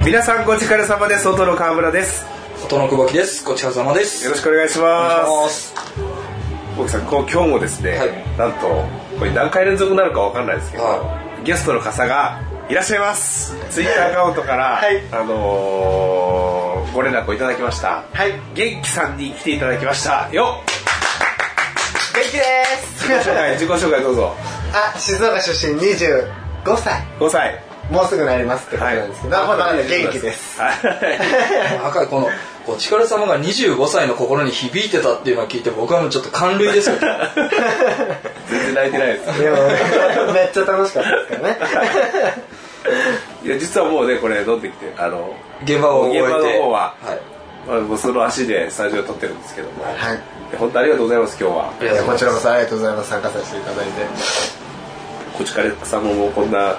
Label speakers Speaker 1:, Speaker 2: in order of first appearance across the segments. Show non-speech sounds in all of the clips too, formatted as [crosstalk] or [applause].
Speaker 1: 皆さんごちから様です外の川村です
Speaker 2: 外の久保木ですごちそうさまです
Speaker 1: よろしくお願いします
Speaker 2: す
Speaker 1: 僕さんこう今日もですね、
Speaker 2: はい
Speaker 1: なんとこれ何回連続なのかわかんないですけど、
Speaker 2: は
Speaker 1: ゲストの方がいらっしゃいますツイッターアカウントから、
Speaker 2: はい
Speaker 1: あのーご連絡をいただきました、
Speaker 2: はい
Speaker 1: 元気さんに来ていただきましたよっ
Speaker 3: 元気です
Speaker 1: 自己紹介自己紹介どうぞ
Speaker 3: あ静岡出身25歳
Speaker 1: 5歳
Speaker 3: もうすぐなりますってことなんですけど、まだまだ元気です
Speaker 1: はい
Speaker 2: 赤いこのごちから様が25歳の心に響いてたっていうのを聞いて僕はもうちょっと感涙ですよ
Speaker 1: [laughs] 全然泣いてないです
Speaker 3: でもめっちゃ楽しかったですから [laughs] ね
Speaker 1: いや実はもうねこれ飲んできてあの
Speaker 2: 現場を終えて、
Speaker 1: 現場の方はいまあもうその足でスタジオ撮ってるんですけども、
Speaker 3: はい
Speaker 1: 本当ありがとうございます今日は
Speaker 2: ありがとうご
Speaker 3: こち
Speaker 2: ざい
Speaker 3: ら
Speaker 2: ま
Speaker 3: こ
Speaker 2: す
Speaker 3: そありがとうございます参加させていただいて
Speaker 1: こちかれさんももうこんな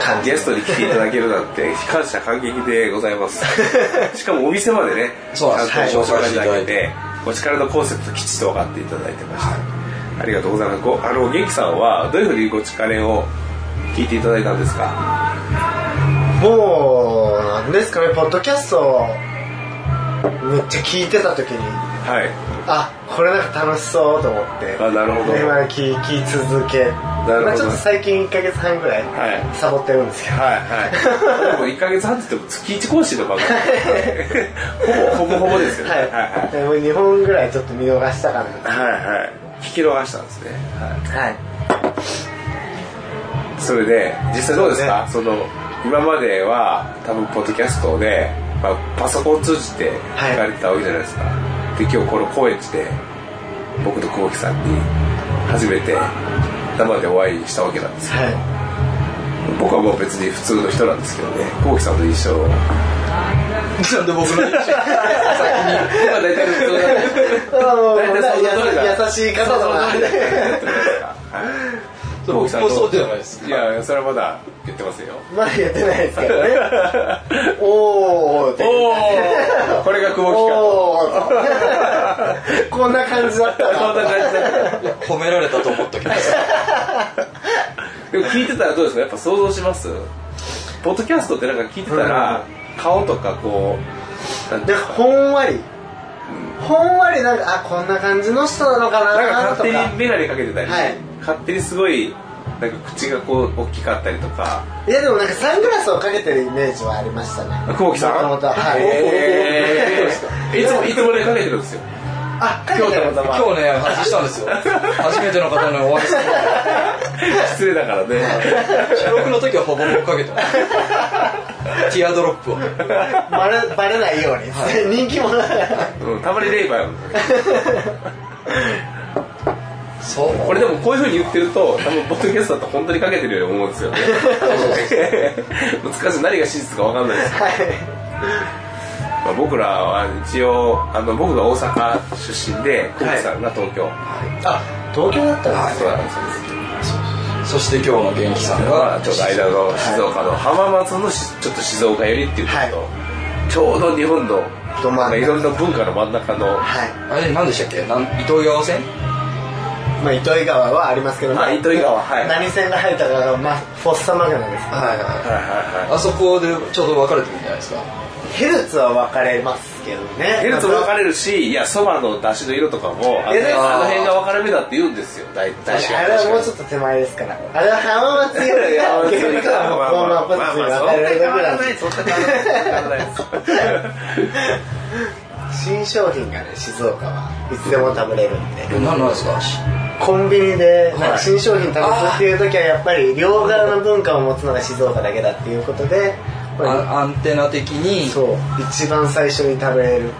Speaker 3: 感じ
Speaker 1: ゲストに来ていただけるなんて感謝感激でございます [laughs] しかもお店までね
Speaker 2: そうなんです
Speaker 1: ちゃんとご
Speaker 2: は
Speaker 1: 紹
Speaker 2: い
Speaker 1: 介いただい
Speaker 2: は
Speaker 1: てこちからのコンセプトきちっと分かっていただいてました、ありがとうございますごあの元気さんはどういうふうにごちかれを聞いていただいたんですか
Speaker 3: [laughs] もうなんですかねポッドキャストをめっちゃ聞いてた時に
Speaker 1: はい
Speaker 3: あこれなんか楽しそうと思って
Speaker 1: あなるほど
Speaker 3: で今聞き続け
Speaker 1: ほど
Speaker 3: まあ、ちょっと最近1ヶ月半ぐらい、
Speaker 1: はい
Speaker 3: サボってるんですけど
Speaker 1: はいはい。でも1ヶ月半って言っても月1更新の番組なんでほぼほぼほぼですよね。
Speaker 3: はい、
Speaker 1: はい
Speaker 3: でもう2本ぐらいちょっと見逃したかな
Speaker 1: はい。はいはい。聞き逃したんですね。は
Speaker 3: はい
Speaker 1: い。それで、実際どうですかそ,、の、今までは多分ポッドキャストで、まあ、パソコンを通じて聞かれてたわけじゃないですか。で、今日この高円寺で僕と久保木さんに初めて生でお会いしたわけなんですよ
Speaker 3: は
Speaker 1: 僕はもう別に普通の人なんですけどね、久保木さんと一緒
Speaker 2: なんで僕の印象先に今大体普通だね
Speaker 3: いあの
Speaker 1: [laughs] 大体そんなどれが
Speaker 3: 優しい方だな
Speaker 1: そう
Speaker 2: 僕もそうじゃないで
Speaker 1: [laughs]
Speaker 2: す
Speaker 1: いやそれはまだ言ってますよ
Speaker 3: [laughs] まだやってないですけど
Speaker 1: [laughs]
Speaker 3: ねおーって
Speaker 1: おお [laughs] これが久保
Speaker 3: おーって [laughs] こんな感じだっ
Speaker 1: 木か
Speaker 3: た
Speaker 1: こんな感じだっ
Speaker 2: いや褒められたと思ったけど
Speaker 1: たでも聞いてたらどうですかやっぱ想像しますポッドキャストってなんか聞いてたら顔とかこうなんて
Speaker 3: で
Speaker 1: いうんですか
Speaker 3: ほんわりほんわりなんかあこんな感じの人なのか
Speaker 1: な
Speaker 3: な
Speaker 1: んか
Speaker 3: と
Speaker 1: 勝手に
Speaker 3: か
Speaker 1: メガネかけてたり
Speaker 3: はい
Speaker 1: 勝手にすごいなんか口がこう大きかったりとか
Speaker 3: いやでもなんかサングラスをかけてるイメージはありましたね
Speaker 1: 久保木さん
Speaker 3: もともとははい
Speaker 1: へ
Speaker 3: [laughs]
Speaker 1: ーいつも [laughs] いつもねかけてるんですよ
Speaker 3: あかけてる
Speaker 1: 今日
Speaker 2: 今日ね外したんですよ初めての方にお会いする
Speaker 1: 失礼だからね
Speaker 2: 収 [laughs] 録の時はほぼほぼかけてます
Speaker 1: [laughs]
Speaker 2: ティアドロップを
Speaker 3: バレバレないように、人気者だから
Speaker 1: うんたまにレイバーやもん
Speaker 2: そう
Speaker 1: これでもこういうふうに言ってると多分ポッドキャストだと本当にかけてるように思うんですよね難しい何が真実か分かんないです、
Speaker 3: はい
Speaker 1: まあ、僕らは一応あの僕が大阪出身で久保木さんが東京、
Speaker 3: あ東京だったんですね
Speaker 1: そうなんですよ
Speaker 2: そして今日の元気さん
Speaker 1: まあ
Speaker 2: が
Speaker 1: ちょうど間の静岡の浜松のしちょっと静岡寄りっていうところと、ちょうど日本の
Speaker 3: ど真ん中
Speaker 1: なんかいろんな文化の真ん中の、
Speaker 3: はい
Speaker 2: あれ何でしたっけなん伊東川線
Speaker 3: まあ糸魚川はありますけど、ま
Speaker 1: あ糸魚川はい
Speaker 3: 何線が入ったかが、まあ、フォッサマグナです
Speaker 2: は
Speaker 1: はいは
Speaker 2: い
Speaker 1: いはい
Speaker 2: あそこでちょうど別れてるんじゃないですか
Speaker 3: ヘルツは分かれますけどね
Speaker 1: ヘルツも分かれるし、いや、そばの出汁の色とかも、あの
Speaker 3: いやでも
Speaker 1: あの辺が分かれ目だって言うんですよ、大
Speaker 3: あ
Speaker 1: 体。
Speaker 3: れあれはもうちょっと手前ですからあれは浜松よ
Speaker 1: [laughs]
Speaker 3: り
Speaker 1: まあまあ、
Speaker 3: は
Speaker 1: そん
Speaker 3: 結
Speaker 1: な
Speaker 3: 構
Speaker 1: [laughs]
Speaker 3: まあまあまあまあ
Speaker 1: 変わら
Speaker 3: まあ
Speaker 1: ない、そんな変わらないです。
Speaker 3: 新商品がね静岡はいつでも食べれるんで
Speaker 2: 何なんですか
Speaker 3: コンビニでなん
Speaker 2: は
Speaker 3: か
Speaker 2: い
Speaker 3: 新商品食べるっていう時はやっぱり両側の文化を持つのが静岡だけだっていうことで
Speaker 2: あアンテナ的に
Speaker 3: そう一番最初に食べれる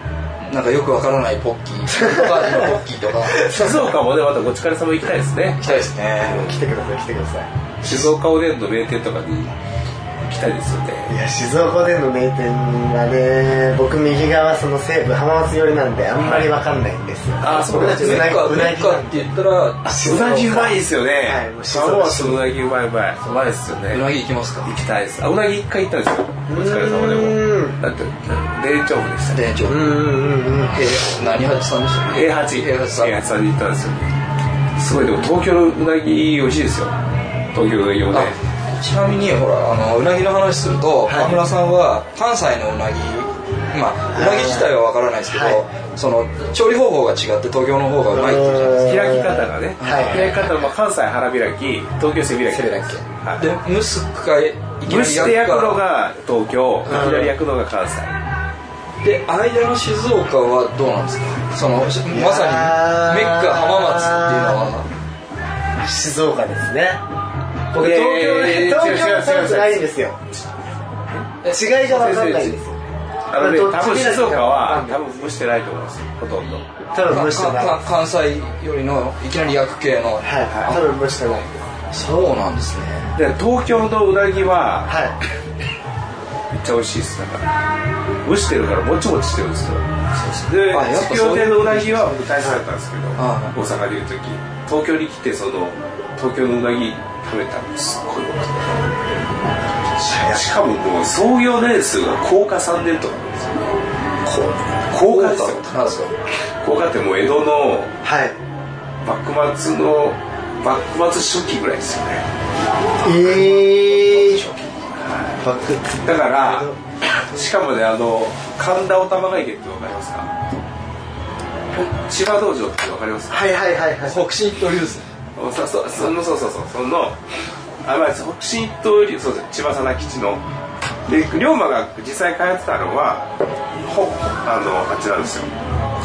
Speaker 2: なんかよくわからないポッキーお母さんのポッキーとか
Speaker 1: [laughs] 静岡もね、またごちからさま行きたいですね
Speaker 2: 行。きたいですね
Speaker 3: 来てください来てください
Speaker 1: 静岡おでんの名店とかに行きたいですよ
Speaker 3: い
Speaker 1: ね。
Speaker 3: や静岡での名店はね僕右側その西部浜松寄りなんであんまりわかんないんですよ、
Speaker 1: あそう
Speaker 3: 僕
Speaker 1: な
Speaker 3: た
Speaker 1: ん
Speaker 3: ち
Speaker 1: で
Speaker 3: う
Speaker 1: す
Speaker 3: な
Speaker 1: ね
Speaker 3: ぎ
Speaker 2: 文化
Speaker 3: うな
Speaker 2: 文
Speaker 3: ぎ
Speaker 2: 化って言ったら
Speaker 3: 静
Speaker 1: う
Speaker 3: 岡
Speaker 1: なぎうまいですよね。
Speaker 3: はいもう静岡
Speaker 1: 浜松のうなぎうまいうまい。うまいですよね。
Speaker 2: うなぎ行きますか
Speaker 1: 行きたいです。あ、うなぎ一回行ったんですよ。ごちからさまで
Speaker 3: うー
Speaker 1: も。だって、霊長部でしたね。
Speaker 2: 店長
Speaker 3: うんうんうんうん
Speaker 2: 何八さんでしたっけ
Speaker 1: A8
Speaker 2: A8 さん
Speaker 1: A8 さんに行ったんですよすごいでも東京のうなぎ美味しいですよ東京のうなぎもね
Speaker 2: あちなみにほらあのうなぎの話すると
Speaker 3: はい
Speaker 2: 川村さんは関西のうなぎまあうなぎ自体はわからないですけど、
Speaker 3: はい
Speaker 2: その調理方法が違って東京の方がうまいって言うじゃないですか
Speaker 1: 開き方がね、
Speaker 3: はい
Speaker 1: 開き方はまあ関西腹開き東京背開き
Speaker 2: それだっ
Speaker 1: はい
Speaker 2: け、で蒸すかいき
Speaker 1: 蒸して焼くの
Speaker 2: か
Speaker 1: が東京いき
Speaker 3: ん
Speaker 1: なり焼くのが関西
Speaker 2: で間の静岡はどうなんですかそのまさにメッカ浜松っていうのは
Speaker 3: 静岡ですね僕
Speaker 1: いや
Speaker 3: 東
Speaker 1: いやい
Speaker 3: 京
Speaker 1: やいや
Speaker 3: で東京は
Speaker 1: 違う違う違う
Speaker 3: 寒くないんですよ違いが分かんないんですよ
Speaker 1: あのね
Speaker 3: どっち
Speaker 1: 多分静岡は
Speaker 3: ど
Speaker 1: 多分蒸してないと思いますほとんど
Speaker 3: 多分蒸してない
Speaker 2: かか関西よりのいきなり焼く系の、
Speaker 3: はいはい多分蒸してないです
Speaker 2: そうなんですね
Speaker 1: で東京のうなぎは
Speaker 3: は
Speaker 1: めっちゃ美味しいですだから蒸してるからもちもちしてるんですよで
Speaker 2: あやっぱ
Speaker 1: 筑
Speaker 2: そ
Speaker 1: 京
Speaker 2: ういう
Speaker 1: 亭のうなぎは僕大好きだったんですけど
Speaker 2: あ
Speaker 1: 大阪でいう時東京に来てその東京のうなぎ食べたらすっごい美味しいしかももう創業年数が高架3年とかなんですよ高高架ですよ
Speaker 2: なんですか
Speaker 1: 高架ってもう江戸の
Speaker 3: はい
Speaker 1: 幕末の幕末初期ぐらいですよね
Speaker 3: ええバク
Speaker 1: だからしかもねあの神田お玉が池ってわかりますか千葉道場ってわかりますか
Speaker 3: はいはいはいはい
Speaker 2: 北進一刀流ですね
Speaker 1: そうそうそのそうそうそうそのあまあ北進一刀流そうです千葉佐吉ので龍馬が実際通ってたのはほあのあっちなんですよ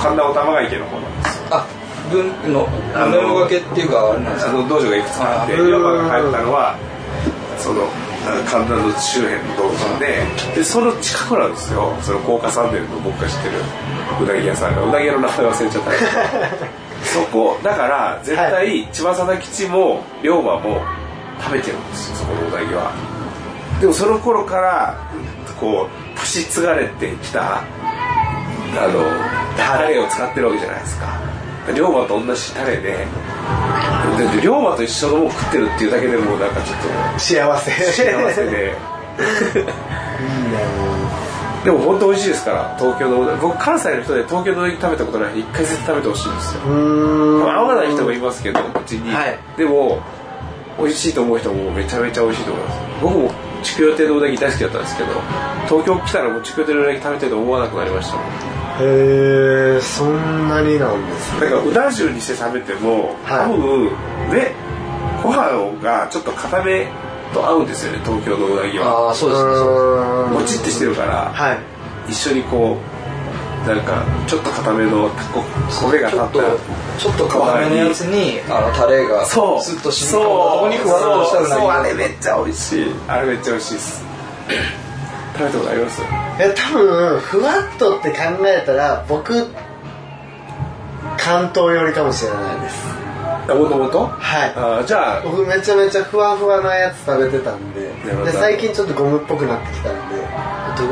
Speaker 1: 神田お玉が池の方なんですよ
Speaker 2: あ文の
Speaker 1: あの
Speaker 2: 胸もがけっていうかあれなんです
Speaker 1: あ
Speaker 2: か
Speaker 1: の道場がいくつかあって
Speaker 3: あー
Speaker 1: 龍馬が通ったのはその神田の周辺の道場ででその近くなんですよその高架サンデルの僕が知ってるうなぎ屋さんがうなぎ屋の名前忘れちゃったんですけどそこだから絶対千葉佐々吉も龍馬も食べてるんですよそこのうなぎはでもその頃からこう足し継がれてきたあのタレを使ってるわけじゃないですか龍馬と同じタレででで龍馬と一緒のもん食ってるっていうだけでもうなんかちょっと
Speaker 3: 幸せ
Speaker 1: 幸せ
Speaker 3: いい
Speaker 1: で
Speaker 3: ね
Speaker 1: [laughs] でも本当美味しいですから東京の僕関西の人で東京のうなぎ食べたことない人一回ずつ食べてほしいんですよ
Speaker 3: うーん
Speaker 1: 合わない人もいますけどうちに、
Speaker 3: はい
Speaker 1: でも美味しいと思う人もめちゃめちゃ美味しいと思います僕も筑予亭のうなぎ大好きだったんですけど東京来たらもう筑予亭のうなぎ食べてると思わなくなりましたもん
Speaker 3: へえそんなになんですね
Speaker 1: だからうな重にして食べても、
Speaker 3: はい
Speaker 1: 多分ねご飯がちょっと固めと合うんですよね東京のうなぎは
Speaker 2: ああそう
Speaker 3: う
Speaker 2: ですねそう
Speaker 3: ーん
Speaker 1: もちってしてるから、
Speaker 3: はい
Speaker 1: 一緒にこうなんかちょっと固めのこ米が
Speaker 2: ち
Speaker 1: 立
Speaker 2: ょ
Speaker 1: っ
Speaker 2: っと
Speaker 1: たら
Speaker 2: ちょっと皮目のやつにあのタレがス
Speaker 1: そう
Speaker 2: ッと染み込んだお肉わらとしたうなぎ
Speaker 1: そうあれめっちゃ美味しいあれめっちゃ美味しいです食べたことあります
Speaker 3: え多分ふわっとって考えたら僕関東寄りかもしれないです
Speaker 1: もともと
Speaker 3: はい
Speaker 1: あじゃあ
Speaker 3: 僕めちゃめちゃふわふわなやつ食べてたんで
Speaker 1: なるほど
Speaker 3: で最近ちょっとゴムっぽくなってきたんで
Speaker 1: [laughs]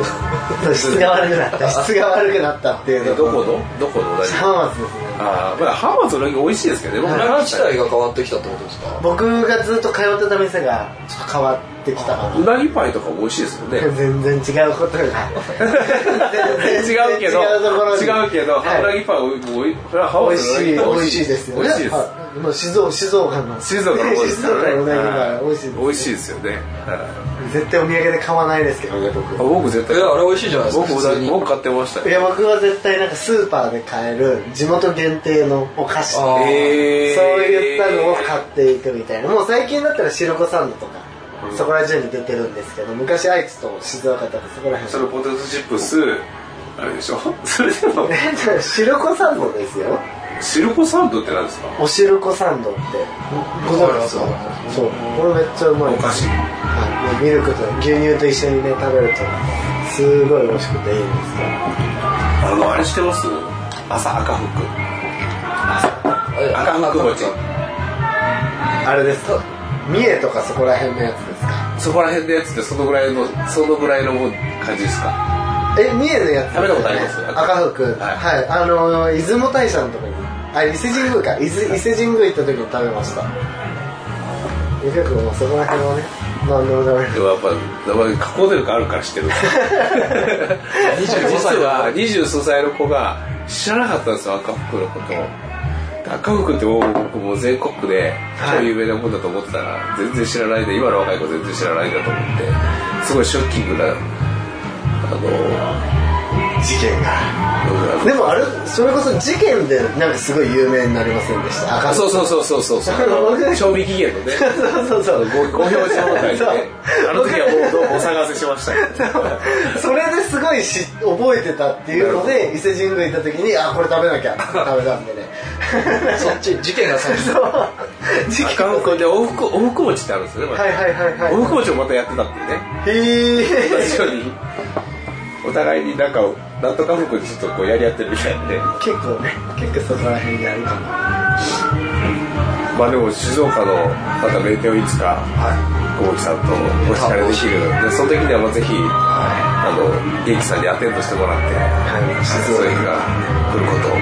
Speaker 3: 質が悪くなった質が悪くなったっていうの
Speaker 1: ど
Speaker 3: と
Speaker 1: このどこのうなぎ
Speaker 3: 浜松ですね
Speaker 1: あまあハマツのうなぎ美味しいですけどね僕
Speaker 2: うなぎ自体
Speaker 1: う
Speaker 2: が変わってきたってことですか
Speaker 3: 僕がずっと通ってた店がちょっと変わってきたかな
Speaker 1: なぎパイとかも美味しいですよね
Speaker 3: 全然違うこ
Speaker 1: [laughs]
Speaker 3: とが
Speaker 1: 違うけど
Speaker 3: 違うところに
Speaker 1: 違うけど
Speaker 3: はい
Speaker 1: ハムナギパイもおいそれはハマ
Speaker 3: 美味
Speaker 1: ツの
Speaker 3: しい美
Speaker 1: うなぎパイ
Speaker 3: 味しいですよね
Speaker 1: 美味しいです
Speaker 3: はいもう静岡静岡の
Speaker 1: 静岡の方です
Speaker 3: 静
Speaker 1: から
Speaker 3: 岡のうなぎ
Speaker 1: ね
Speaker 3: が美味しいです
Speaker 1: 美味しいですよねは
Speaker 3: 絶対お土産で買わないですけどね
Speaker 1: い
Speaker 3: 僕
Speaker 1: 僕絶
Speaker 2: い
Speaker 1: 対
Speaker 2: やあれ美味しいじゃないですか
Speaker 1: 僕
Speaker 2: 普
Speaker 1: うな
Speaker 2: 通
Speaker 1: ぎ
Speaker 2: に
Speaker 1: 僕買ってましたよ
Speaker 3: いや僕は絶対なんかスーパーで買える地元限定のお菓子
Speaker 2: あー
Speaker 1: えー
Speaker 3: そういったのを買っていくみたいなもう最近だったら白子サンドとかそこら中に出てるんですけど昔愛知と静岡とかそこら
Speaker 1: そ
Speaker 3: 辺
Speaker 1: のポテトチップスあれでしょ [laughs] それでも
Speaker 3: え [laughs] 白子サンドですよ
Speaker 1: シルコサンドって何ですか
Speaker 3: おしるこサンドってご存知ですか
Speaker 2: わかります
Speaker 3: そうこれめっちゃうまい
Speaker 1: お菓子
Speaker 3: はいミルクと牛乳と一緒にね食べるとすごい美味しくていいんですけど
Speaker 1: あのあれしてます朝赤服
Speaker 2: え
Speaker 1: 赤
Speaker 2: 赤
Speaker 1: 福
Speaker 2: 福
Speaker 1: 餅
Speaker 2: 餅
Speaker 3: あれですか三重とかそこら辺のやつですか
Speaker 1: そこら辺のやつってそのぐらいのそのぐらいの感じですか
Speaker 3: え三重のやつ
Speaker 1: 食べたことあります
Speaker 3: 赤福はい、
Speaker 1: はい
Speaker 3: あのー出雲大社のとこにあ伊勢神宮か伊勢伊勢神宮行った時に食べました結構もうそこら辺はね何でも食べる
Speaker 1: でもやっぱ名前加工力あるから知って
Speaker 3: [laughs]
Speaker 1: る
Speaker 2: 25歳
Speaker 1: 実は二十数歳の子が知らなかったんですよ赤服のこと赤服ってもう僕もう全国ックで
Speaker 3: はい
Speaker 1: 超有名なもんだと思ってたら全然知らないで今の若い子全然知らないんだと思ってすごいショッキングなあの
Speaker 3: 事件が
Speaker 1: 僕
Speaker 3: で
Speaker 1: ら
Speaker 3: もあれそれこそ事件でなんかすごい有名になりませんでした
Speaker 1: あ
Speaker 3: 赤
Speaker 1: そうそうそうそうそうそうあ
Speaker 3: [laughs]
Speaker 1: の賞味期限のね
Speaker 3: そうそうそう
Speaker 1: ごご表示問題で
Speaker 3: そう
Speaker 1: あの時はもうどうもお探せしましたけど
Speaker 3: それですごいし覚えてたっていうので伊勢神宮行った時にあこれ食べなきゃ食べたんでね
Speaker 1: [laughs]
Speaker 2: そっち事件が最初
Speaker 3: [laughs] そう事件
Speaker 1: 韓国で往復往復餅ってあるんですよねまた
Speaker 3: はいはいはいはい
Speaker 1: 往復餅をまたやってたっていうね
Speaker 3: へ
Speaker 1: 同
Speaker 3: え
Speaker 1: じようにお互いになんかなんとか服にちょっとこうやり合ってるみたいで
Speaker 3: 結構ね結構そこら辺にあるかな
Speaker 1: まあでも静岡のまた名店をいつか
Speaker 3: は
Speaker 1: 小木さんとお叱りできるでその時にはまあぜひあの元気さんにアテンドしてもらって
Speaker 3: い
Speaker 1: 静岡駅が来ることを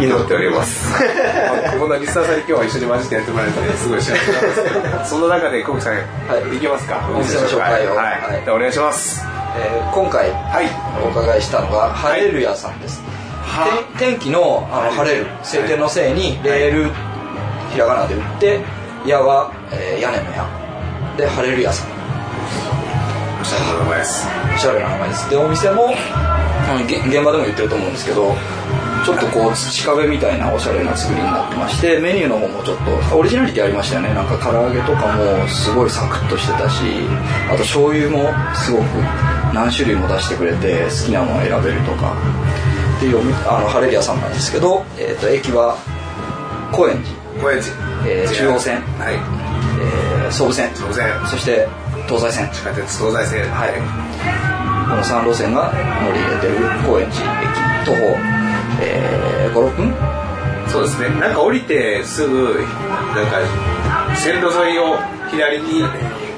Speaker 1: 祈っております [laughs] まあこんなリスナーさんに今日は一緒に混じってやってもらえてすごい幸せなんですけどその中で小木さん、
Speaker 2: い
Speaker 1: い、きますか
Speaker 2: お店の紹介を
Speaker 1: はい
Speaker 2: はい
Speaker 1: ではお願いします
Speaker 2: えー今回
Speaker 1: はい
Speaker 2: お伺いしたのがハレルヤさんです、て天気のあの晴れる晴天のせいにレールひらがなで打って矢は、えー屋根の矢でハレルヤさん
Speaker 1: おしゃれな名前です
Speaker 2: おしゃれな名前ですでお店も、うんげ現場でも言ってると思うんですけどちょっとこう土壁みたいなおしゃれな作りになってましてメニューの方もちょっとオリジナリティありましたよねなんか唐揚げとかもすごいサクッとしてたしあと醤油もすごく何種類も出してくれて好きなものを選べるとかっていうお店あのハレリアさんなんですけど、えー、と駅は高円寺、
Speaker 1: 高円寺、
Speaker 2: えー中央線
Speaker 1: はい
Speaker 2: えー総武線
Speaker 1: 総武線
Speaker 2: そして東西線
Speaker 1: 地下鉄東西線
Speaker 2: はい、この3路線が乗り入れてる高円寺駅徒歩、えー、56分
Speaker 1: そうですねなんか降りてすぐなんか線路沿いを左に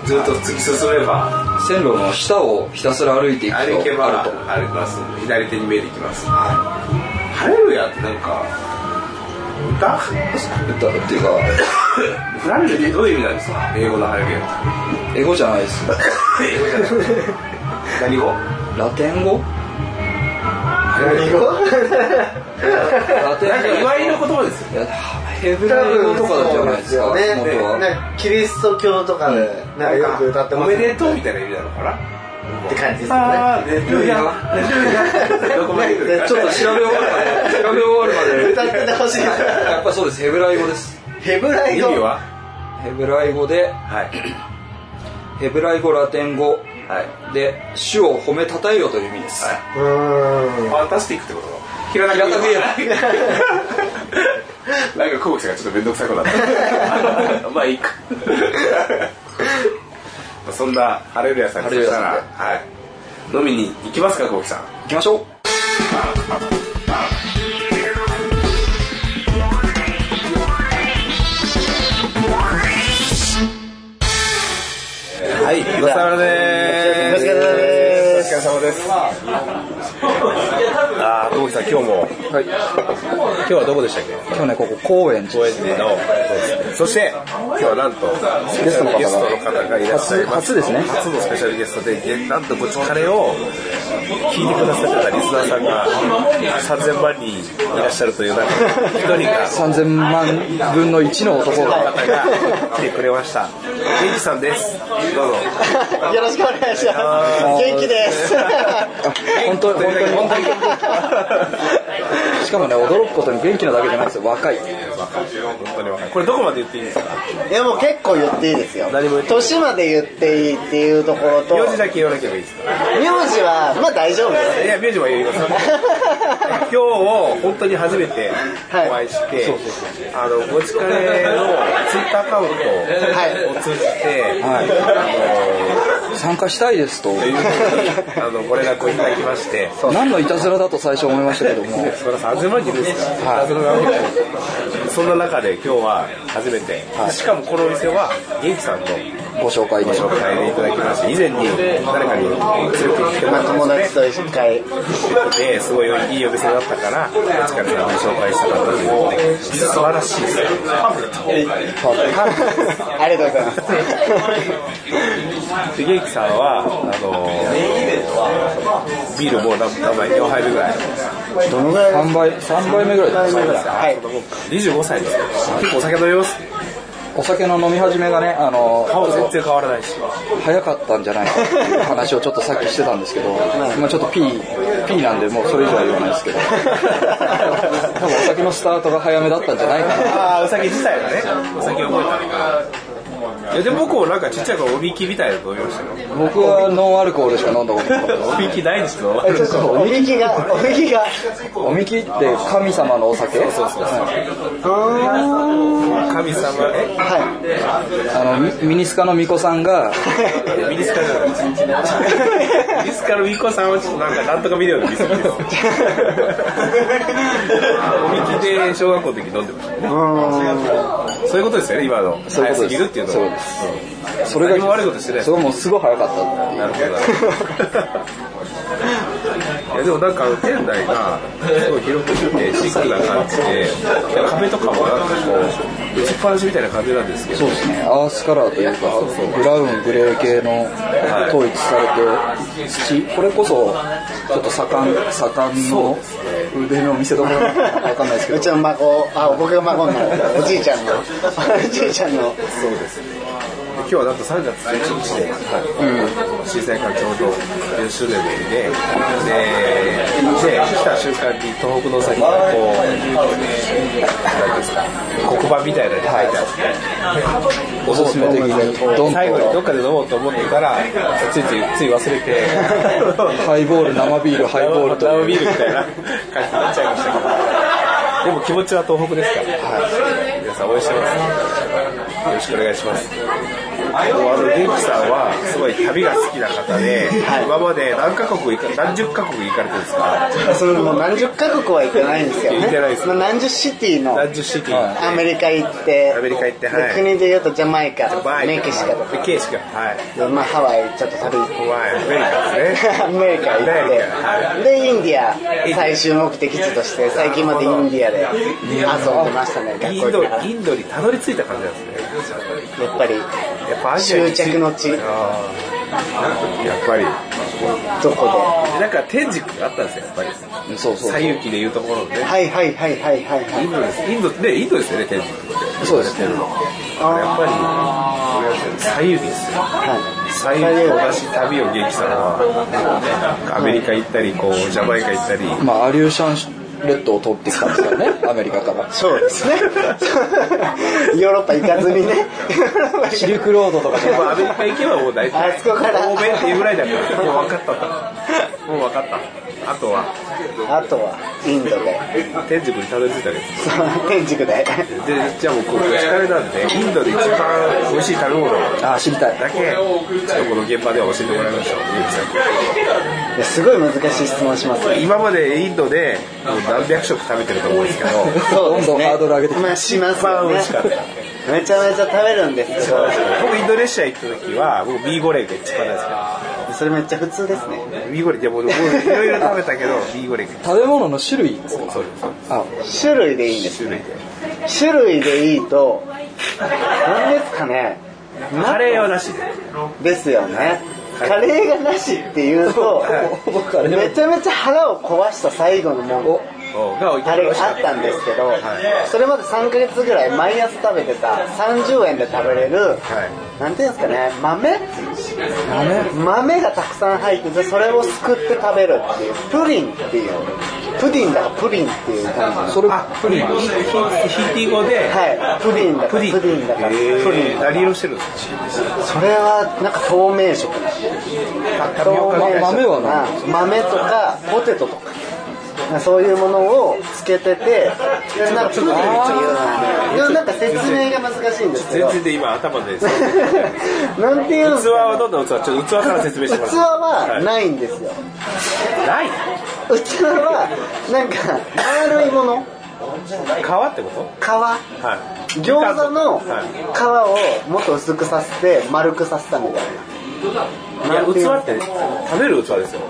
Speaker 1: ずっと突き進めば
Speaker 2: 線路の下をひたすら歩いていくと
Speaker 1: 歩けば
Speaker 2: あると
Speaker 1: 歩きます左手に見えてきます晴れるやってなんか歌
Speaker 2: 歌うっていうか
Speaker 1: フラれるってどういう意味なんですか英語の晴れるや
Speaker 2: 英語じゃないです
Speaker 1: 英語じゃない何語
Speaker 2: ラテン
Speaker 1: [laughs]
Speaker 2: 語
Speaker 3: 何語
Speaker 2: ラテン語
Speaker 1: なんか祝いの言葉ですよ
Speaker 2: いやヘブライ語とかじゃないですか
Speaker 3: 多分そうです
Speaker 2: 元
Speaker 3: よ
Speaker 2: は、
Speaker 3: ねなんかキリスト教とかでなんかよく歌って
Speaker 1: お
Speaker 3: ます
Speaker 1: め
Speaker 3: よね
Speaker 1: でとうみたいな意味なのかな
Speaker 3: [laughs] って感じですよね
Speaker 1: ああ、レルヤ、レルヤ、どこまで来るか
Speaker 2: ちょっと調べ終わるまで調べ終わるまで
Speaker 3: 歌っててほしいです
Speaker 2: やっぱそうですヘブライ語です
Speaker 3: ヘブライ
Speaker 1: 意
Speaker 3: 語
Speaker 1: 味は
Speaker 2: ヘブライ語で
Speaker 1: はい
Speaker 2: [clears throat] ヘブライ語ラテン語
Speaker 1: はい
Speaker 2: で主を褒めたたえよという意味です、
Speaker 1: はいう
Speaker 3: ーん
Speaker 1: ファンタスティックってこと平
Speaker 2: 田君
Speaker 1: [laughs] なんか久保木さんがちょっと面倒くさくなった [laughs] まあいいかまあそんなハレルヤさんにそしたら、
Speaker 2: ハレル
Speaker 1: はい、飲みに行きますか久保木さん
Speaker 2: 行きましょう
Speaker 1: はいごちそうさまで
Speaker 3: お疲れ様です
Speaker 1: お疲れ様ですああ久保木さん今日も、今日はどこでしたっけ
Speaker 2: 今日ねここ高円寺
Speaker 1: 公園寺のそして今日はなんとゲストの方がいらっしゃいます
Speaker 2: 初初ですね
Speaker 1: 初のスペシャルゲストでげなんとごちカレを聞いてくださったリスナーさんが3000万人いらっしゃるという中で一人が
Speaker 2: 3000万分の1の男
Speaker 1: 方が
Speaker 2: が
Speaker 1: 来てくれました元気さんですどうぞ
Speaker 3: よろしくお願いします元気です
Speaker 2: 本当に本当に本当にしかもね驚くことに元気なだけじゃないですよ若い
Speaker 1: 本当に若いこれどこまで言っていいんですか
Speaker 3: いやもう結構言っていいですよ
Speaker 1: 何も言って
Speaker 3: 年まで言っていいっていうところと
Speaker 1: 名字だけ言わなければいいですか
Speaker 3: 名字はまあ大丈夫です
Speaker 1: いや名字は言います [laughs] よ今日を本当に初めてお会いして、あのごちカレのツイッターアカウントを通じて、
Speaker 2: 参加したいですと
Speaker 1: あのあのご連絡をいただきまして、
Speaker 2: 何のいたずらだと最初思いましたけども
Speaker 1: それ30万人ですから、そんな中で今日は初めて、しかもこのお店は元気さんの
Speaker 2: ご紹介で
Speaker 1: ご紹介でいただきまして以前に誰かに連れて行ってもらった
Speaker 3: 友
Speaker 1: んで
Speaker 3: 達
Speaker 1: すね
Speaker 3: と一回
Speaker 1: ですごいいいお店だったからお疲れ様に紹介したかったということで素晴らしいです
Speaker 3: ありがとうございます
Speaker 1: で元気さんはあのビールもう何何杯4杯目ぐらい
Speaker 3: どのぐらい
Speaker 2: 3倍3倍目ぐらいです
Speaker 3: 目ぐらいはい
Speaker 1: 25歳ですけど結構お酒飲みます
Speaker 2: お酒の飲み始めがねあの
Speaker 1: 顔全然変わらないし
Speaker 2: 早かったんじゃないかっていう話をちょっとさっきしてたんですけど、今ちょっと P, P なんで、もうそれ以上は言わないですけど、多分お酒のスタートが早めだったんじゃないかな。
Speaker 1: ああうさぎ自体がねうさぎ覚えたのがいやでも僕もなんかちっちゃい頃おびきみたいなの飲みましたよ
Speaker 2: 僕はノンアルコールしか飲んだことなかったです
Speaker 1: おびきないんですけど
Speaker 3: えちょっとおみきがおみきが
Speaker 2: おみきって神様のお酒
Speaker 1: 神様え
Speaker 3: はい
Speaker 2: あのミミニスカの巫女さんが、
Speaker 1: ミニスカじゃないミニスカのミコさんはちょっとなんかなんとかビデオで見せてですおみきで小学校の時飲んでましたねそういうことですよね今の
Speaker 2: そういう
Speaker 1: 早
Speaker 2: こと
Speaker 1: す
Speaker 2: で
Speaker 1: ぎ
Speaker 2: す
Speaker 1: るっていうの
Speaker 2: そう
Speaker 1: は
Speaker 2: で
Speaker 1: う
Speaker 2: す
Speaker 1: ん
Speaker 2: それが
Speaker 1: 何も悪いことしてない
Speaker 2: それがもうすごい早かったっていう
Speaker 1: なるほどなるほどいやでもなんか店内がすごい広くてシックな感じでいや壁とかもなんかこう打ちっぱなしみたいな感じなんですけど
Speaker 2: そうですねアースカラーというかブラウングレー系の統一されて土これこそちょっと盛ん盛んの腕の見せ所なのか分かんないですけ
Speaker 3: う [laughs]
Speaker 2: ど
Speaker 3: ちの孫あ僕が孫になるおじいちゃんのおじいちゃんの
Speaker 1: そうですね今日はなんと3月11日で、震災からちょうど4周年ぶりで、で、で来た瞬間に東北の先にこう、なんですか、黒板みたいなのに書いてあって、
Speaker 2: おすすめ的にドン
Speaker 1: 最後にどっ
Speaker 2: と
Speaker 1: かで飲もうと思ってから、ついついつい忘れ
Speaker 2: [laughs]
Speaker 1: て、
Speaker 2: ハイボール生ビールハイボールと
Speaker 1: ラ
Speaker 2: い
Speaker 1: ム [laughs]
Speaker 2: う
Speaker 1: ビールみたいな感じになっちゃいましたけど。でも気持ちは東北ですから、皆さん応援してます。よろしくお願いします。もうあの元気さんはすごい旅が好きな方で、今まで何カ国行か何十カ国行かれてるんですか。
Speaker 3: それもう何十カ国は行ってないんですよね
Speaker 1: 行ってないです
Speaker 3: まあ何十シティの
Speaker 1: 何十シティ、
Speaker 3: アメリカ行って
Speaker 1: アメリカ行ってはい
Speaker 3: で国でいうとジャマイカ
Speaker 1: バイ
Speaker 3: メキシカとか
Speaker 1: ケシカ、はい、
Speaker 3: でまあ、ハワイちょっと旅行って
Speaker 1: ワイアメリカですね。
Speaker 3: [laughs] アメリカ行
Speaker 1: アメリカ
Speaker 3: っ
Speaker 1: は
Speaker 3: て、で、インディア、最終目的地として、最近までインディアで遊んでましたね、
Speaker 1: イ
Speaker 3: 学
Speaker 1: ン
Speaker 3: 校
Speaker 1: ド
Speaker 3: 行から。
Speaker 1: インドにたどり着いた感じなんですね。
Speaker 3: やっぱり、
Speaker 1: やっぱアジアに
Speaker 3: 終着の地
Speaker 1: あーやっぱり。
Speaker 3: どこで。
Speaker 1: なんか天軸があったんですよ、やっぱり。
Speaker 2: うんそうそう
Speaker 1: 西遊記でいうところのね。
Speaker 3: はいはいはいはいはいは
Speaker 1: インドです。インド、ね、インドですよね、天軸。
Speaker 2: そうですね
Speaker 1: やっぱり、西遊記ですよ。
Speaker 3: い。
Speaker 1: 西遊記私旅を元気さんは、アメリカ行ったり、こう、ジャマイカ行ったり、
Speaker 2: まあアリューシャンレッドを取ってきたんですからねアメリカから
Speaker 3: そうですね。ヨーロッパ行かずにね。
Speaker 2: シルクロードとか
Speaker 1: でもアメリカ行けばもう大体、
Speaker 3: あそこから
Speaker 1: 欧米っていうぐらいだから、もう分かったと。もう分かった。あとは、
Speaker 3: あとは、インドで。
Speaker 1: 天竺にたどり着いたわけです。
Speaker 3: その天竺で。
Speaker 1: で、じゃあもうこれ疲れなんで、インドで一番美味しい食べ物を
Speaker 2: あ知りたい
Speaker 1: だけ、ちょっとこの現場では教えてもらいましょう。ゆうきさん
Speaker 3: いやすごい難しい質問しますね。
Speaker 1: 今までインドでもう何百食食べてると思うんですけど、
Speaker 3: そう
Speaker 2: どんどんハードル上げてきて
Speaker 3: まあ、しますよ
Speaker 1: 美
Speaker 3: ね
Speaker 1: 味しかった。
Speaker 3: めちゃめちゃ食べるんですけど、
Speaker 1: 僕インドネシア行った時は、僕ビーゴレが一番大好
Speaker 3: それめっちゃ普通ですね。
Speaker 1: きです。ビーゴレ、いやもう僕いろいろ食べたけど、ビーゴレが
Speaker 2: 食べ物の種類ですか
Speaker 1: そうです。
Speaker 2: あ
Speaker 3: 種類でいいんです
Speaker 1: 種類で。
Speaker 3: 種類でいいと、何ですかね。
Speaker 1: カレーはなしで。
Speaker 3: ですよね。カレーがなしっていうと、
Speaker 2: ほぼカレー
Speaker 3: めちゃめちゃ腹を壊した最後のも
Speaker 2: お
Speaker 3: の。
Speaker 1: おが美
Speaker 3: あれ
Speaker 1: 味し
Speaker 3: が
Speaker 1: か
Speaker 3: あったんですけど、
Speaker 1: はい
Speaker 3: それまで3ヶ月ぐらい毎朝食べてた30円で食べれる、
Speaker 1: い
Speaker 3: なんていうんですかね豆
Speaker 2: 豆
Speaker 3: 豆がたくさん入っててそれをすくって食べるっていうプリンっていうプディンだからプリンっていう感じの
Speaker 2: それ
Speaker 1: あ、プリン。ヒヒティ語で、
Speaker 3: はいプディンだから
Speaker 1: プ
Speaker 3: プ
Speaker 1: リン。
Speaker 3: ディンだからプ
Speaker 1: えー
Speaker 3: リンだから
Speaker 1: 何色してるんですか
Speaker 3: それはなんか透明食
Speaker 1: タピオカみたいな
Speaker 2: 豆は何
Speaker 3: 豆とかポテトとかそういうものをつけててでなんかプリンっていうのはねでもなんか説明が難しいんですけ
Speaker 1: 全
Speaker 3: ど
Speaker 1: 然で今頭で。器
Speaker 3: [laughs] なんていうんです
Speaker 1: は
Speaker 3: か
Speaker 1: どんな器ちょっと器から説明してもらって
Speaker 3: 器はないんですよ
Speaker 1: ない
Speaker 3: 器はなんか丸いもの
Speaker 1: 皮ってこと
Speaker 3: 皮
Speaker 1: はい。
Speaker 3: 餃子の皮
Speaker 1: はい
Speaker 3: をもっと薄くさせて丸くさせたみたいない
Speaker 1: や、器ってね、食べる器ですよ。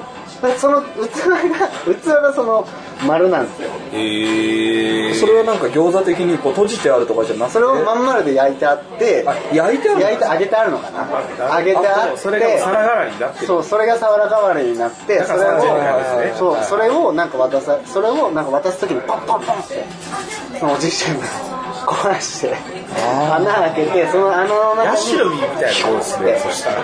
Speaker 4: その器が器がその丸なんですよ
Speaker 5: えー、
Speaker 2: それはなんか餃子的にこう閉じてあるとかじゃなくて
Speaker 4: それをまん丸で焼いてあって
Speaker 2: あ焼いてあるんだ
Speaker 4: 焼いて揚げてあるのかな揚げてあって
Speaker 1: それがお皿代わりになってる
Speaker 4: そうそれが皿代わりになって
Speaker 1: だか
Speaker 4: それ
Speaker 1: ら30
Speaker 2: 回です
Speaker 4: を
Speaker 2: ね
Speaker 4: そうそれをなんか渡さそれをなんか渡す時にパンパンパンってそのおじいちゃんが壊して穴開けてその穴の中
Speaker 1: ヤ
Speaker 4: に
Speaker 1: シロビみたいなもんですねそしたら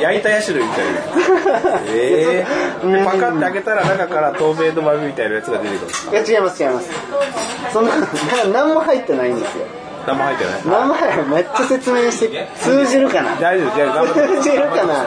Speaker 1: 焼いたヤシロビみたいなええー、パカって開けたら中から透明の豆みたいなやつが出てくるんですか
Speaker 4: [laughs] いや違います違いますそんななんか何も入ってないんですよ
Speaker 1: 何も入ってない
Speaker 4: 名前めっちゃ説明して通じるかな
Speaker 1: 大丈夫大丈夫
Speaker 4: 通じるかな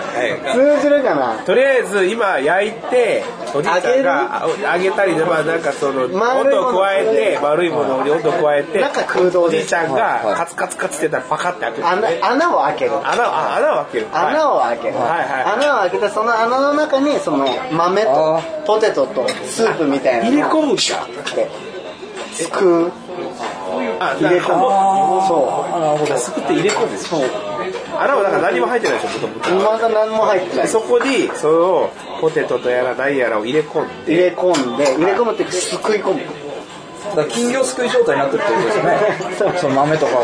Speaker 4: 通じるかな
Speaker 1: とりあえず今焼いておじいちゃんがあげたりでまあなんかその温
Speaker 4: 丸いもの
Speaker 1: 度を加えて丸いものに温度を加えて
Speaker 4: 中空洞
Speaker 1: お
Speaker 4: で
Speaker 1: じい
Speaker 4: す
Speaker 1: ちゃん
Speaker 2: はいは
Speaker 1: が
Speaker 2: い
Speaker 1: カツカツカツってたらパカって開ける
Speaker 4: 穴穴を開ける
Speaker 1: 穴をあ穴を開ける
Speaker 4: 穴を開ける、
Speaker 1: はいはい
Speaker 4: 穴を開けてその穴の中にその豆と
Speaker 2: あ
Speaker 4: ポテトとスープみたいな
Speaker 1: 入れ
Speaker 4: のを
Speaker 1: 込むんだ
Speaker 4: ってすくう
Speaker 1: あ
Speaker 4: 入れ込むそ
Speaker 2: あなるほど
Speaker 1: すくって入れ込むんですよ穴はだから何も入ってないでしょもと
Speaker 4: う
Speaker 1: もと
Speaker 4: 馬が何も入ってない
Speaker 1: そこにそのポテトとやら何やらを入れ込んで
Speaker 4: 入れ込んで入れ込むっていうかすくい込む
Speaker 2: だから金魚すくい状態になってるってことですよ
Speaker 4: そ
Speaker 2: [laughs]
Speaker 4: う
Speaker 2: ねその豆とかが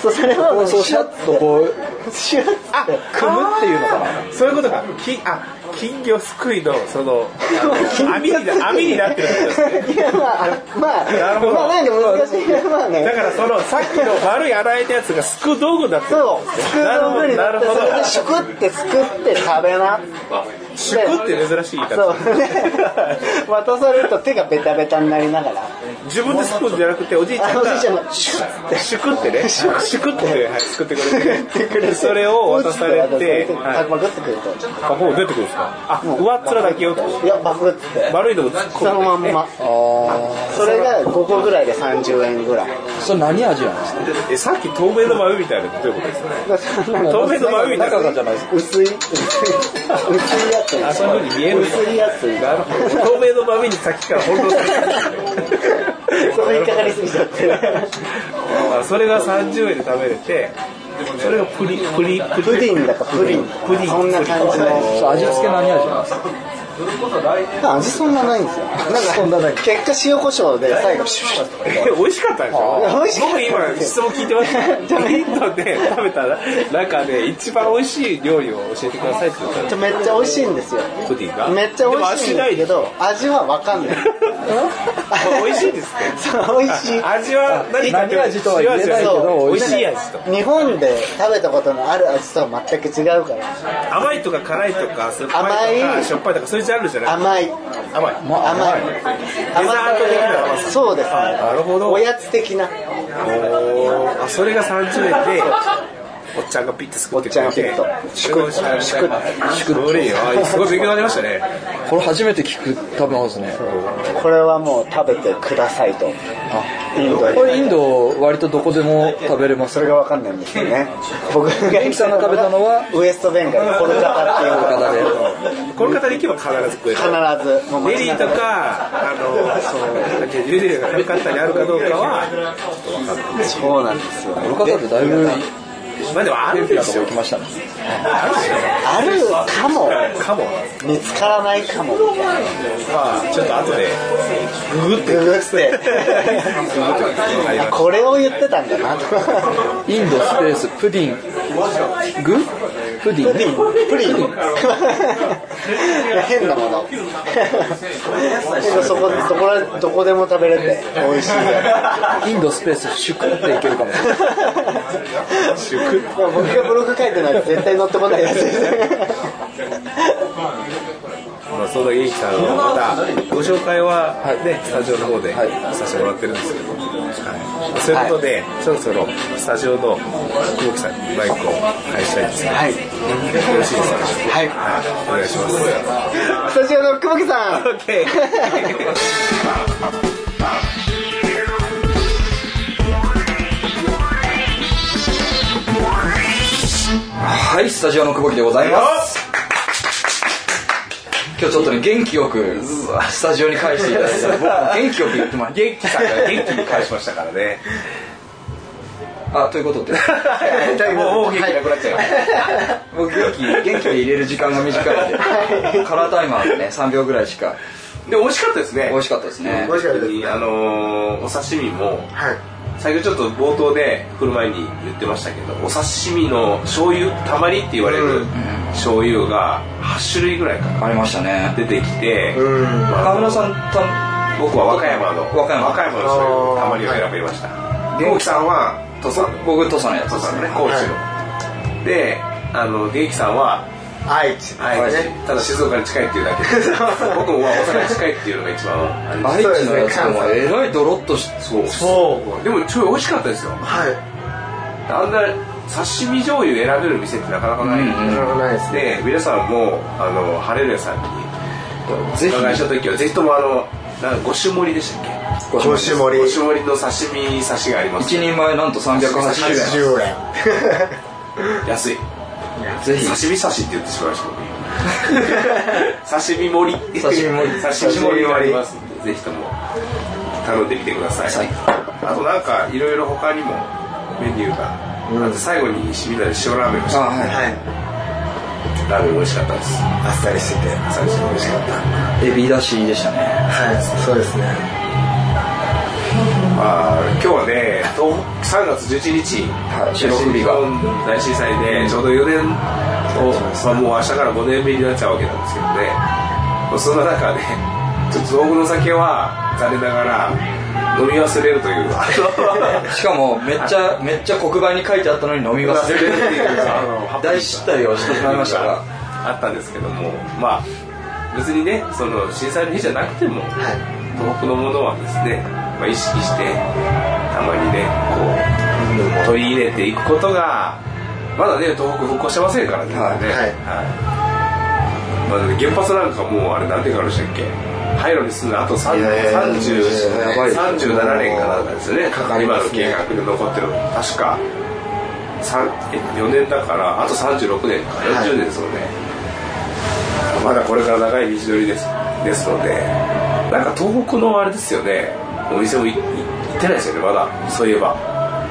Speaker 4: そうそれ
Speaker 2: こ
Speaker 4: を
Speaker 2: うそ
Speaker 1: [laughs]
Speaker 2: うシャッとこう
Speaker 4: シュッ
Speaker 1: あ
Speaker 2: 組むっていうのかな
Speaker 1: あーそういうことかきあ金魚すくいのそのあの網にな網になってるんですね
Speaker 4: いやまあまあ
Speaker 1: なるほど
Speaker 4: まあなんか難しいまあね
Speaker 1: だからそのさっきの丸い洗えたやつがすく道具になってる
Speaker 4: そうすくう道具になってそれでシュクってすくって食べな
Speaker 1: シュクって珍しい言い
Speaker 4: そ
Speaker 1: 方
Speaker 4: う渡されると手がベタベタになりながら
Speaker 1: 自分でスプーンじゃなくておじいちゃん
Speaker 4: あ
Speaker 1: が
Speaker 4: おじいちゃんがシュッ
Speaker 1: シュクってねシュクってねはいすくってくれて
Speaker 4: てくれ [laughs] て
Speaker 1: それを渡されて
Speaker 4: パクパクってくると
Speaker 1: あもう出てくるんですかあ
Speaker 4: もう
Speaker 1: 上っ面だけよ
Speaker 4: いやパクって
Speaker 1: 丸いのも突っ
Speaker 4: そのま
Speaker 1: 込ん
Speaker 4: ん
Speaker 1: で
Speaker 4: [laughs] ま
Speaker 2: あ
Speaker 4: それが5個ぐらいで30円ぐらい
Speaker 2: あそれ何味なんですか
Speaker 1: えさっき透明の豆みたいなのどういうことですか透明の豆みたいな
Speaker 2: 中がじゃないですか
Speaker 4: 薄い薄い薄いやつ
Speaker 1: あそういう風に見える
Speaker 4: 薄いやつ
Speaker 1: なるほど透明の豆にさっきから翻弄されてる
Speaker 4: それ引っかかりすぎちゃって
Speaker 1: あそれが30円で食べれてそれがプリプリプ
Speaker 4: プ
Speaker 1: リ
Speaker 4: ディンだかプリン
Speaker 1: プリン
Speaker 4: そんな感じの
Speaker 2: そう味付け何味なんですか
Speaker 4: 味そんなないんですよ
Speaker 2: そんなない
Speaker 4: 結果塩コショウで最後シュッシュッ
Speaker 1: え美味しかったでしょ
Speaker 4: あー美味しかった
Speaker 1: 僕今質問聞いてましたインドで食べた中で一番美味しい料理を教えてくださいって言ったら
Speaker 4: とめっちゃ美味しいんですよ
Speaker 1: プディンが
Speaker 4: めっちゃ
Speaker 1: で
Speaker 4: 美味しいん
Speaker 1: も
Speaker 4: だ
Speaker 1: 味ない
Speaker 4: けど味は分かんない
Speaker 1: [laughs] 美味しいですね
Speaker 4: そう美味しい
Speaker 1: 味は何かって
Speaker 2: 何味とは言えないけど
Speaker 1: そう美
Speaker 2: 美
Speaker 1: 味
Speaker 2: 味
Speaker 1: しい味と
Speaker 4: 日本で食べたことのある味とは全く違うから
Speaker 1: 甘いとか辛いとか酸っぱいと
Speaker 4: 甘
Speaker 1: か
Speaker 4: い
Speaker 1: しょっぱいとかそういうジャンルじゃない
Speaker 4: 甘い
Speaker 1: 甘い
Speaker 2: まあ
Speaker 4: 甘い
Speaker 1: デザート的な甘さ
Speaker 4: そうですね
Speaker 1: なるほど
Speaker 4: おやつ的な
Speaker 1: おーあそれが30円でおっちゃんがピッてすくってく
Speaker 4: お
Speaker 1: れ
Speaker 4: っちゃん
Speaker 1: て
Speaker 4: がピッと
Speaker 1: シュクシュクシュクシュクあすごい勉強になりましたね
Speaker 2: これ初めて聞く食べ物ですね
Speaker 4: これはもう食べてくださいとインド
Speaker 2: こ
Speaker 4: で
Speaker 2: れインド割とどこでも食べれます
Speaker 4: それが分かんないんですよね僕が
Speaker 2: 元気さんが食べたのは
Speaker 4: ウエストベンガルコルカタっていう
Speaker 2: コルカ
Speaker 1: この方
Speaker 2: タで
Speaker 1: に行けば必ず食える
Speaker 4: 必ずもう
Speaker 1: メリーとか、あの、そう、メリーが良かったにあるかどうかは、
Speaker 4: そうなんですよ
Speaker 2: コルカタでだいぶ
Speaker 1: まあでもあるでしょ
Speaker 2: 行。きましたね
Speaker 4: あるかも
Speaker 1: かも。
Speaker 4: 見つからないかもみたいな
Speaker 1: まあ、ちょっと後で、ググって。
Speaker 4: ググって
Speaker 1: ググって入り
Speaker 4: あ
Speaker 1: ま
Speaker 4: これを言ってたんだなと
Speaker 2: インドスペースプディングプディン
Speaker 4: プリンプリンいや変なものけどそこそこらどこでも食べれて美味しい
Speaker 2: インドスペースシュクっていけるかもしれない
Speaker 4: まあ僕がブログ書いてないと絶対乗ってこないやつです
Speaker 1: すまあ、その元気さんのまた、ご紹介は
Speaker 2: はい、
Speaker 1: ね、スタジオの方で
Speaker 2: はい
Speaker 1: させてもらってるんですけど。はい。そういうことで、そろそろ、スタジオの、久保木さんにマイクを返したいです。よ
Speaker 4: はい
Speaker 1: ろしいですか
Speaker 4: はい
Speaker 1: はい。お願いします。
Speaker 4: スタジオの久保木さん
Speaker 1: OK!
Speaker 2: はいスタジオの久保木でございます今日ちょっとね元気よくスタジオに返していた [laughs] だいて僕も元気よく言ってます
Speaker 1: 元気さんが元気に返しましたからね。
Speaker 2: あということで
Speaker 3: もう
Speaker 2: もう元気なくなっちゃう、もう元気元気で入れる時間が短いんでカラータイマーでね3秒ぐらいしか
Speaker 1: で美味しかったですね
Speaker 2: 美味しかったですね
Speaker 3: 美味しかったです
Speaker 1: あのーお刺身も
Speaker 3: はい
Speaker 1: 先ほどちょっと冒頭で来る前に言ってましたけどお刺身の醤油たまりって言われ
Speaker 3: う
Speaker 1: る
Speaker 3: ん
Speaker 1: 醤油が8種類ぐらいかな
Speaker 2: ありましたね
Speaker 1: 出てきて、
Speaker 3: うん
Speaker 2: 川村さんた
Speaker 1: 僕は和歌山の
Speaker 2: 和歌山
Speaker 1: の醤油たまりを選びました元気さんは土佐の
Speaker 2: 僕土佐のや
Speaker 1: 土
Speaker 2: つで
Speaker 1: 佐
Speaker 2: す
Speaker 1: の
Speaker 2: ね
Speaker 1: ね高知の、であの元気さんは
Speaker 3: 愛知
Speaker 1: はい、
Speaker 3: ですね
Speaker 1: ただ静岡に近いっていうだけで僕もまあ大阪に近いっていうのが一番ありま
Speaker 2: 愛知のやつでもえらいドロッとし
Speaker 1: すそう
Speaker 3: そう
Speaker 1: でもちょい美味しかったですよ
Speaker 3: はい
Speaker 1: あんな刺身醤油選べる店ってなかなかない、
Speaker 2: うん
Speaker 3: なかなかないですね
Speaker 1: で皆さんもあの晴れる屋さんに
Speaker 2: ぜひ
Speaker 1: お伺いした時はぜひともあのなんか5種盛りでしたっけ
Speaker 2: ご
Speaker 3: 五
Speaker 2: 一
Speaker 3: 種盛り
Speaker 1: 5種盛りの刺身刺しがあります
Speaker 2: 人前なんと380
Speaker 3: 80円
Speaker 1: 安い
Speaker 2: 円ぜひ
Speaker 1: 刺身刺しって言ってしまいました僕刺身盛り
Speaker 2: 刺身盛り
Speaker 1: 刺身盛りがありますんでぜひとも頼んでみてください、
Speaker 2: はい
Speaker 1: あとなんかいろいろ他にもメニューが、
Speaker 3: うん
Speaker 1: あと最後にしみんなで塩ラーメンをし
Speaker 2: あ
Speaker 1: た
Speaker 2: は
Speaker 3: はい
Speaker 1: ラーメン美味しかったです
Speaker 3: あっさりしてて
Speaker 1: 朝飯も美味しかった
Speaker 2: いエビだしでしたね
Speaker 3: はいそうですね
Speaker 1: まあ、今日はね、東3月11日、
Speaker 2: はい白首が
Speaker 1: 東日本大震災で、ちょうど4年を、まあ、もう明日から5年目になっちゃうわけなんですけどね、まあそんな中で、 [laughs] ちょっと道具の酒は残念ながら飲み忘れる
Speaker 2: [laughs]
Speaker 1: という、あの
Speaker 2: しかもめっちゃめっちゃ黒板に書いてあったのに飲み忘れるっていう [laughs]
Speaker 1: [laughs] あの
Speaker 2: 大失態をしてしまいましたが
Speaker 1: あったんですけども、まあ、別にね、その震災の日じゃなくても、
Speaker 3: は
Speaker 1: 東北のものはですね、まあ、意識してたまにねこう取り入れていくことがまだね東北復興してませんからね、
Speaker 2: はい
Speaker 1: ね
Speaker 3: はい
Speaker 1: はいまあ、原発なんかもうあれ何年からでしたっけ廃炉に住んだあと30
Speaker 2: いやいや
Speaker 1: 30
Speaker 2: やばいです
Speaker 1: 37年かなんかですよね
Speaker 3: かかり
Speaker 1: 今
Speaker 3: ま
Speaker 1: の
Speaker 3: すね
Speaker 1: 計画で残ってるの確か三え4年だからあと36年か40年ですもんね、まだこれから長い道のりですですのでなんか東北のあれですよねお店もいい行ってないですよねまだそういえば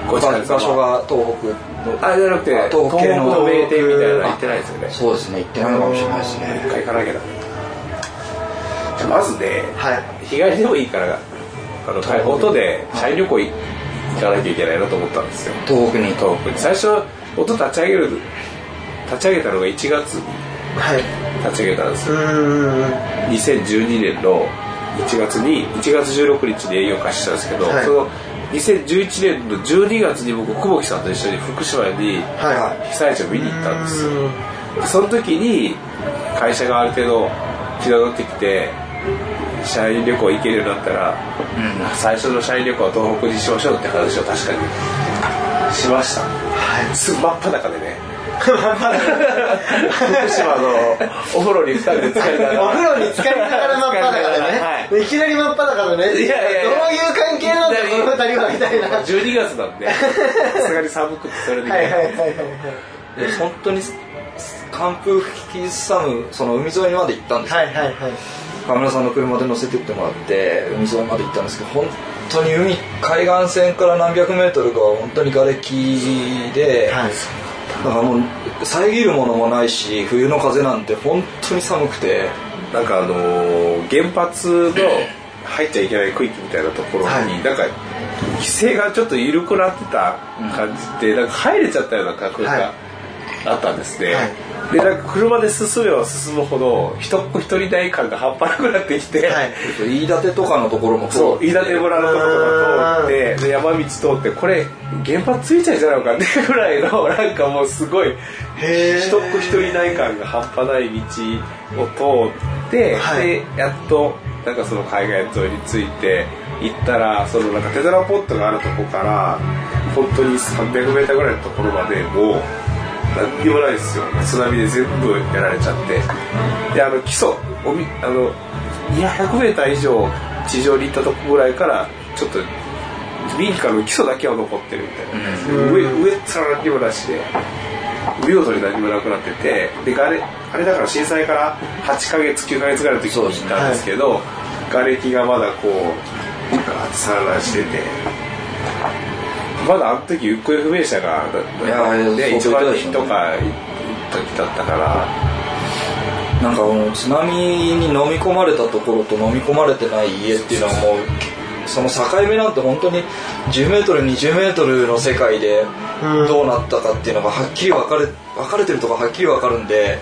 Speaker 1: ご
Speaker 2: 場
Speaker 1: 場
Speaker 2: 場所
Speaker 1: 所が
Speaker 2: が東北の
Speaker 1: あじゃなくて
Speaker 2: あ
Speaker 1: 東北
Speaker 2: 東北の
Speaker 1: の名店みたいなの行ってないですよね
Speaker 2: そうですね行ってないのかもしれないですね
Speaker 1: 一回行かなきゃだじゃあまずね、
Speaker 3: はい
Speaker 1: 日帰りでもいいからあの
Speaker 2: 東北
Speaker 1: 音で社員旅行い行かなきゃいけないなと思ったんですよ
Speaker 2: 東北に
Speaker 1: 東北に最初音立ち上げる立ち上げたのが1月に
Speaker 3: いはい
Speaker 1: 立ち上げたんですよ
Speaker 3: うーん
Speaker 1: 2012年の1月に1月16日に営業開始したんですけど、
Speaker 3: はい
Speaker 1: その2011年の12月に僕久保木さんと一緒に福島に
Speaker 3: はいはい
Speaker 1: 被災地を見に行ったんですよ
Speaker 3: う
Speaker 1: その時に会社がある程度気取ってきて社員旅行行けるようになったら、最初の社員旅行は東北にしましょうって話を確かにしました、す真っ裸でね福島のお風呂に2人で浸かりながら
Speaker 3: お風呂に浸かりながら真っ裸でね、
Speaker 1: はい
Speaker 3: い、きなり真っ裸でね
Speaker 1: いやいやいや
Speaker 3: どういう関係なんだこの二人はみたいなはい
Speaker 1: 12月なんでさすがに寒くてそれで、
Speaker 3: はいはいはいはい
Speaker 2: で本当に寒風吹きすさむその海沿いまで行ったんですよ
Speaker 3: はいはいはい
Speaker 2: 川村さんの車で乗せてってもらって海沿いまで行ったんですけど本当に海海岸線から何百メートルかは本当に瓦礫で、
Speaker 3: はい
Speaker 2: だからもう遮るものもないし冬の風なんて本当に寒くて
Speaker 1: なんかあのー原発の入っちゃいけない区域みたいなところに、
Speaker 3: はい
Speaker 1: なんか規制がちょっと緩くなってた感じで、なんか入れちゃったような感覚
Speaker 3: は
Speaker 1: が
Speaker 3: い
Speaker 1: あったんですね、
Speaker 3: はい
Speaker 1: でなんか車で進めば進むほど人っ子一人代感が半端なくなってきて、
Speaker 3: はい
Speaker 2: 飯舘とかのところも通って
Speaker 1: そう飯舘村のところ通ってで山道通ってこれ原発ついちゃうんじゃないのかって [laughs] いうぐらいのなんかもうすごい
Speaker 3: へー
Speaker 1: 一区一人内感が半端ない道を通って、
Speaker 3: はい
Speaker 1: でやっとなんかその海岸沿いについて行ったらそのなんかテトラポットがあるとこから本当に 300m ぐらいのところまでもう何にもないですよ津波で全部やられちゃってであの基礎おみあの 200m 以上地上に行ったとこぐらいからちょっと民家の基礎だけは残ってるみたいな、上上さら何にもなしで見事に何もなくなっててでがれあれだから震災から8ヶ月9ヶ月ぐらいの時に行ったんですけど瓦礫がまだこうなんか散乱しててまだあの時行方不明者がだ
Speaker 2: いや
Speaker 1: ね一
Speaker 2: 相当
Speaker 1: 番
Speaker 2: いたでしょ
Speaker 1: とか
Speaker 2: うね
Speaker 1: 行った時だったから
Speaker 2: なんかもう津波に飲み込まれたところと飲み込まれてない家っていうのはもうその境目なんて本当に10メートル20メートルの世界で
Speaker 3: うん
Speaker 2: どうなったかっていうのがはっきり分かれ分かれてるとかはっきり分かるんで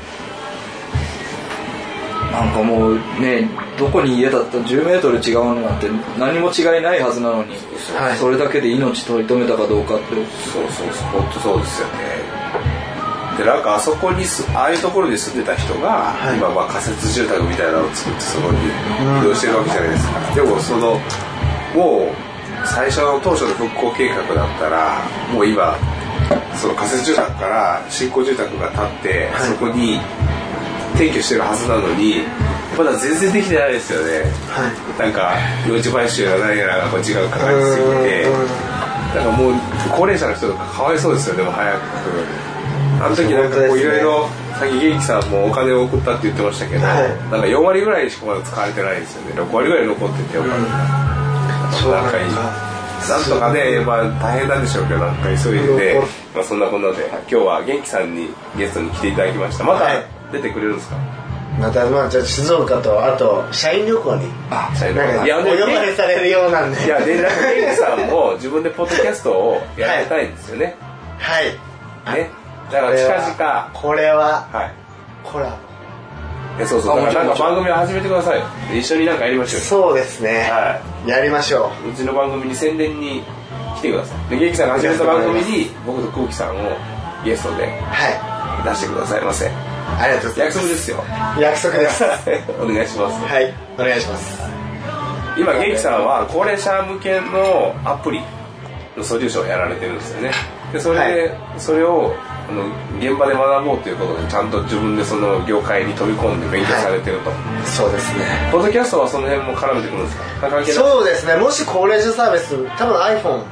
Speaker 2: なんかもうねどこに家だったら10メートル違うのなんて何も違いないはずなのに
Speaker 3: はい
Speaker 2: それだけで命取り留めたかどうかって
Speaker 1: そうそうそう本当そうですよねでなんかあそこにすああいうところに住んでた人が、
Speaker 3: い
Speaker 1: 今まあ仮設住宅みたいなのを作ってそこに移動してるわけじゃないですか、でもそのもう最初の当初の復興計画だったらもう今その仮設住宅から新興住宅が建って、
Speaker 3: はい
Speaker 1: そこに転居してるはずなのにまだ全然できてないですよね
Speaker 3: はい
Speaker 1: なんか用地買収や何やらがこう時間かかりすぎて
Speaker 3: うん
Speaker 1: だからもう高齢者の人とかかわいそうですよねもう早くあの時なんかこういろいろさっき元気さんもお金を送ったって言ってましたけど、
Speaker 3: はい
Speaker 1: なんか4割ぐらいしかまだ使われてないんですよね6割ぐらい残っててお金が、
Speaker 3: そう
Speaker 1: な
Speaker 3: なんん
Speaker 1: かいい
Speaker 3: だ
Speaker 1: なんとかね、まあ、大変なんでしょうけどなんか急いでて
Speaker 3: 残っ、
Speaker 1: まあ、そんなこんなで今日は元気さんにゲストに来ていただきましたまた
Speaker 3: はい
Speaker 1: 出てくれるんですか、
Speaker 3: またまあじゃあ静岡とあと社員旅行に
Speaker 2: あ
Speaker 1: 社員の
Speaker 3: なん
Speaker 1: 方
Speaker 3: か
Speaker 1: いや
Speaker 3: お
Speaker 1: でも
Speaker 3: 呼ばれされるようなんで
Speaker 1: いやでなんか元気さんも自分でポッドキャストをやりたいんですよね、
Speaker 3: はい
Speaker 1: ねだから近々
Speaker 3: これは
Speaker 1: はい
Speaker 3: コラ
Speaker 1: いやそうそう
Speaker 2: あ
Speaker 1: だからなん
Speaker 2: も
Speaker 1: か
Speaker 2: ちろん
Speaker 1: 番組を始めてくださいよ一緒になんかやりまし
Speaker 3: ボ
Speaker 1: ょうよ
Speaker 3: そうですね
Speaker 1: は
Speaker 3: やりましょ
Speaker 1: いうちの番組に宣伝に来てくださいで元気さんが始めた番組に僕と空気さんをゲストで
Speaker 3: うはい
Speaker 1: 出してくださいませ
Speaker 3: ありがとうござい
Speaker 1: 約
Speaker 3: ます
Speaker 1: 束ですよ
Speaker 3: 約束です
Speaker 1: [laughs] お願いします
Speaker 3: はいお願いします
Speaker 1: 今元気さんは高齢者向けのアプリのソリューションをやられてるんですよねでそれで、それをあの現場で学ぼうということでちゃんと自分でその業界に飛び込んで勉強されてると、
Speaker 3: そうですね
Speaker 1: ポッドキャストはその辺も絡めてくるんですか関係ない
Speaker 3: そうですねもし高齢者サービス多分 iPhone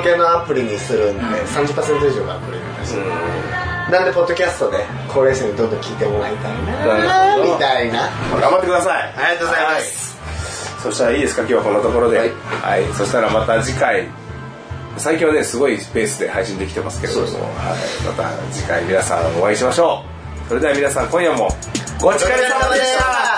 Speaker 3: 向けのアプリにするんで、30%以上がアプリになるし
Speaker 1: うん
Speaker 3: なんでポッドキャストで高齢者にどんどん聞いてもらいたい
Speaker 1: な
Speaker 3: な
Speaker 1: るほど
Speaker 3: みたいな
Speaker 1: 頑張ってください
Speaker 3: ありがとうございます、
Speaker 1: そしたらいいですか今日はこのところではい、そしたらまた次回最近はねすごいスペースで配信できてますけれども、はい、また次回皆さんお会いしましょうそれでは皆さん今夜もごちそうさまでした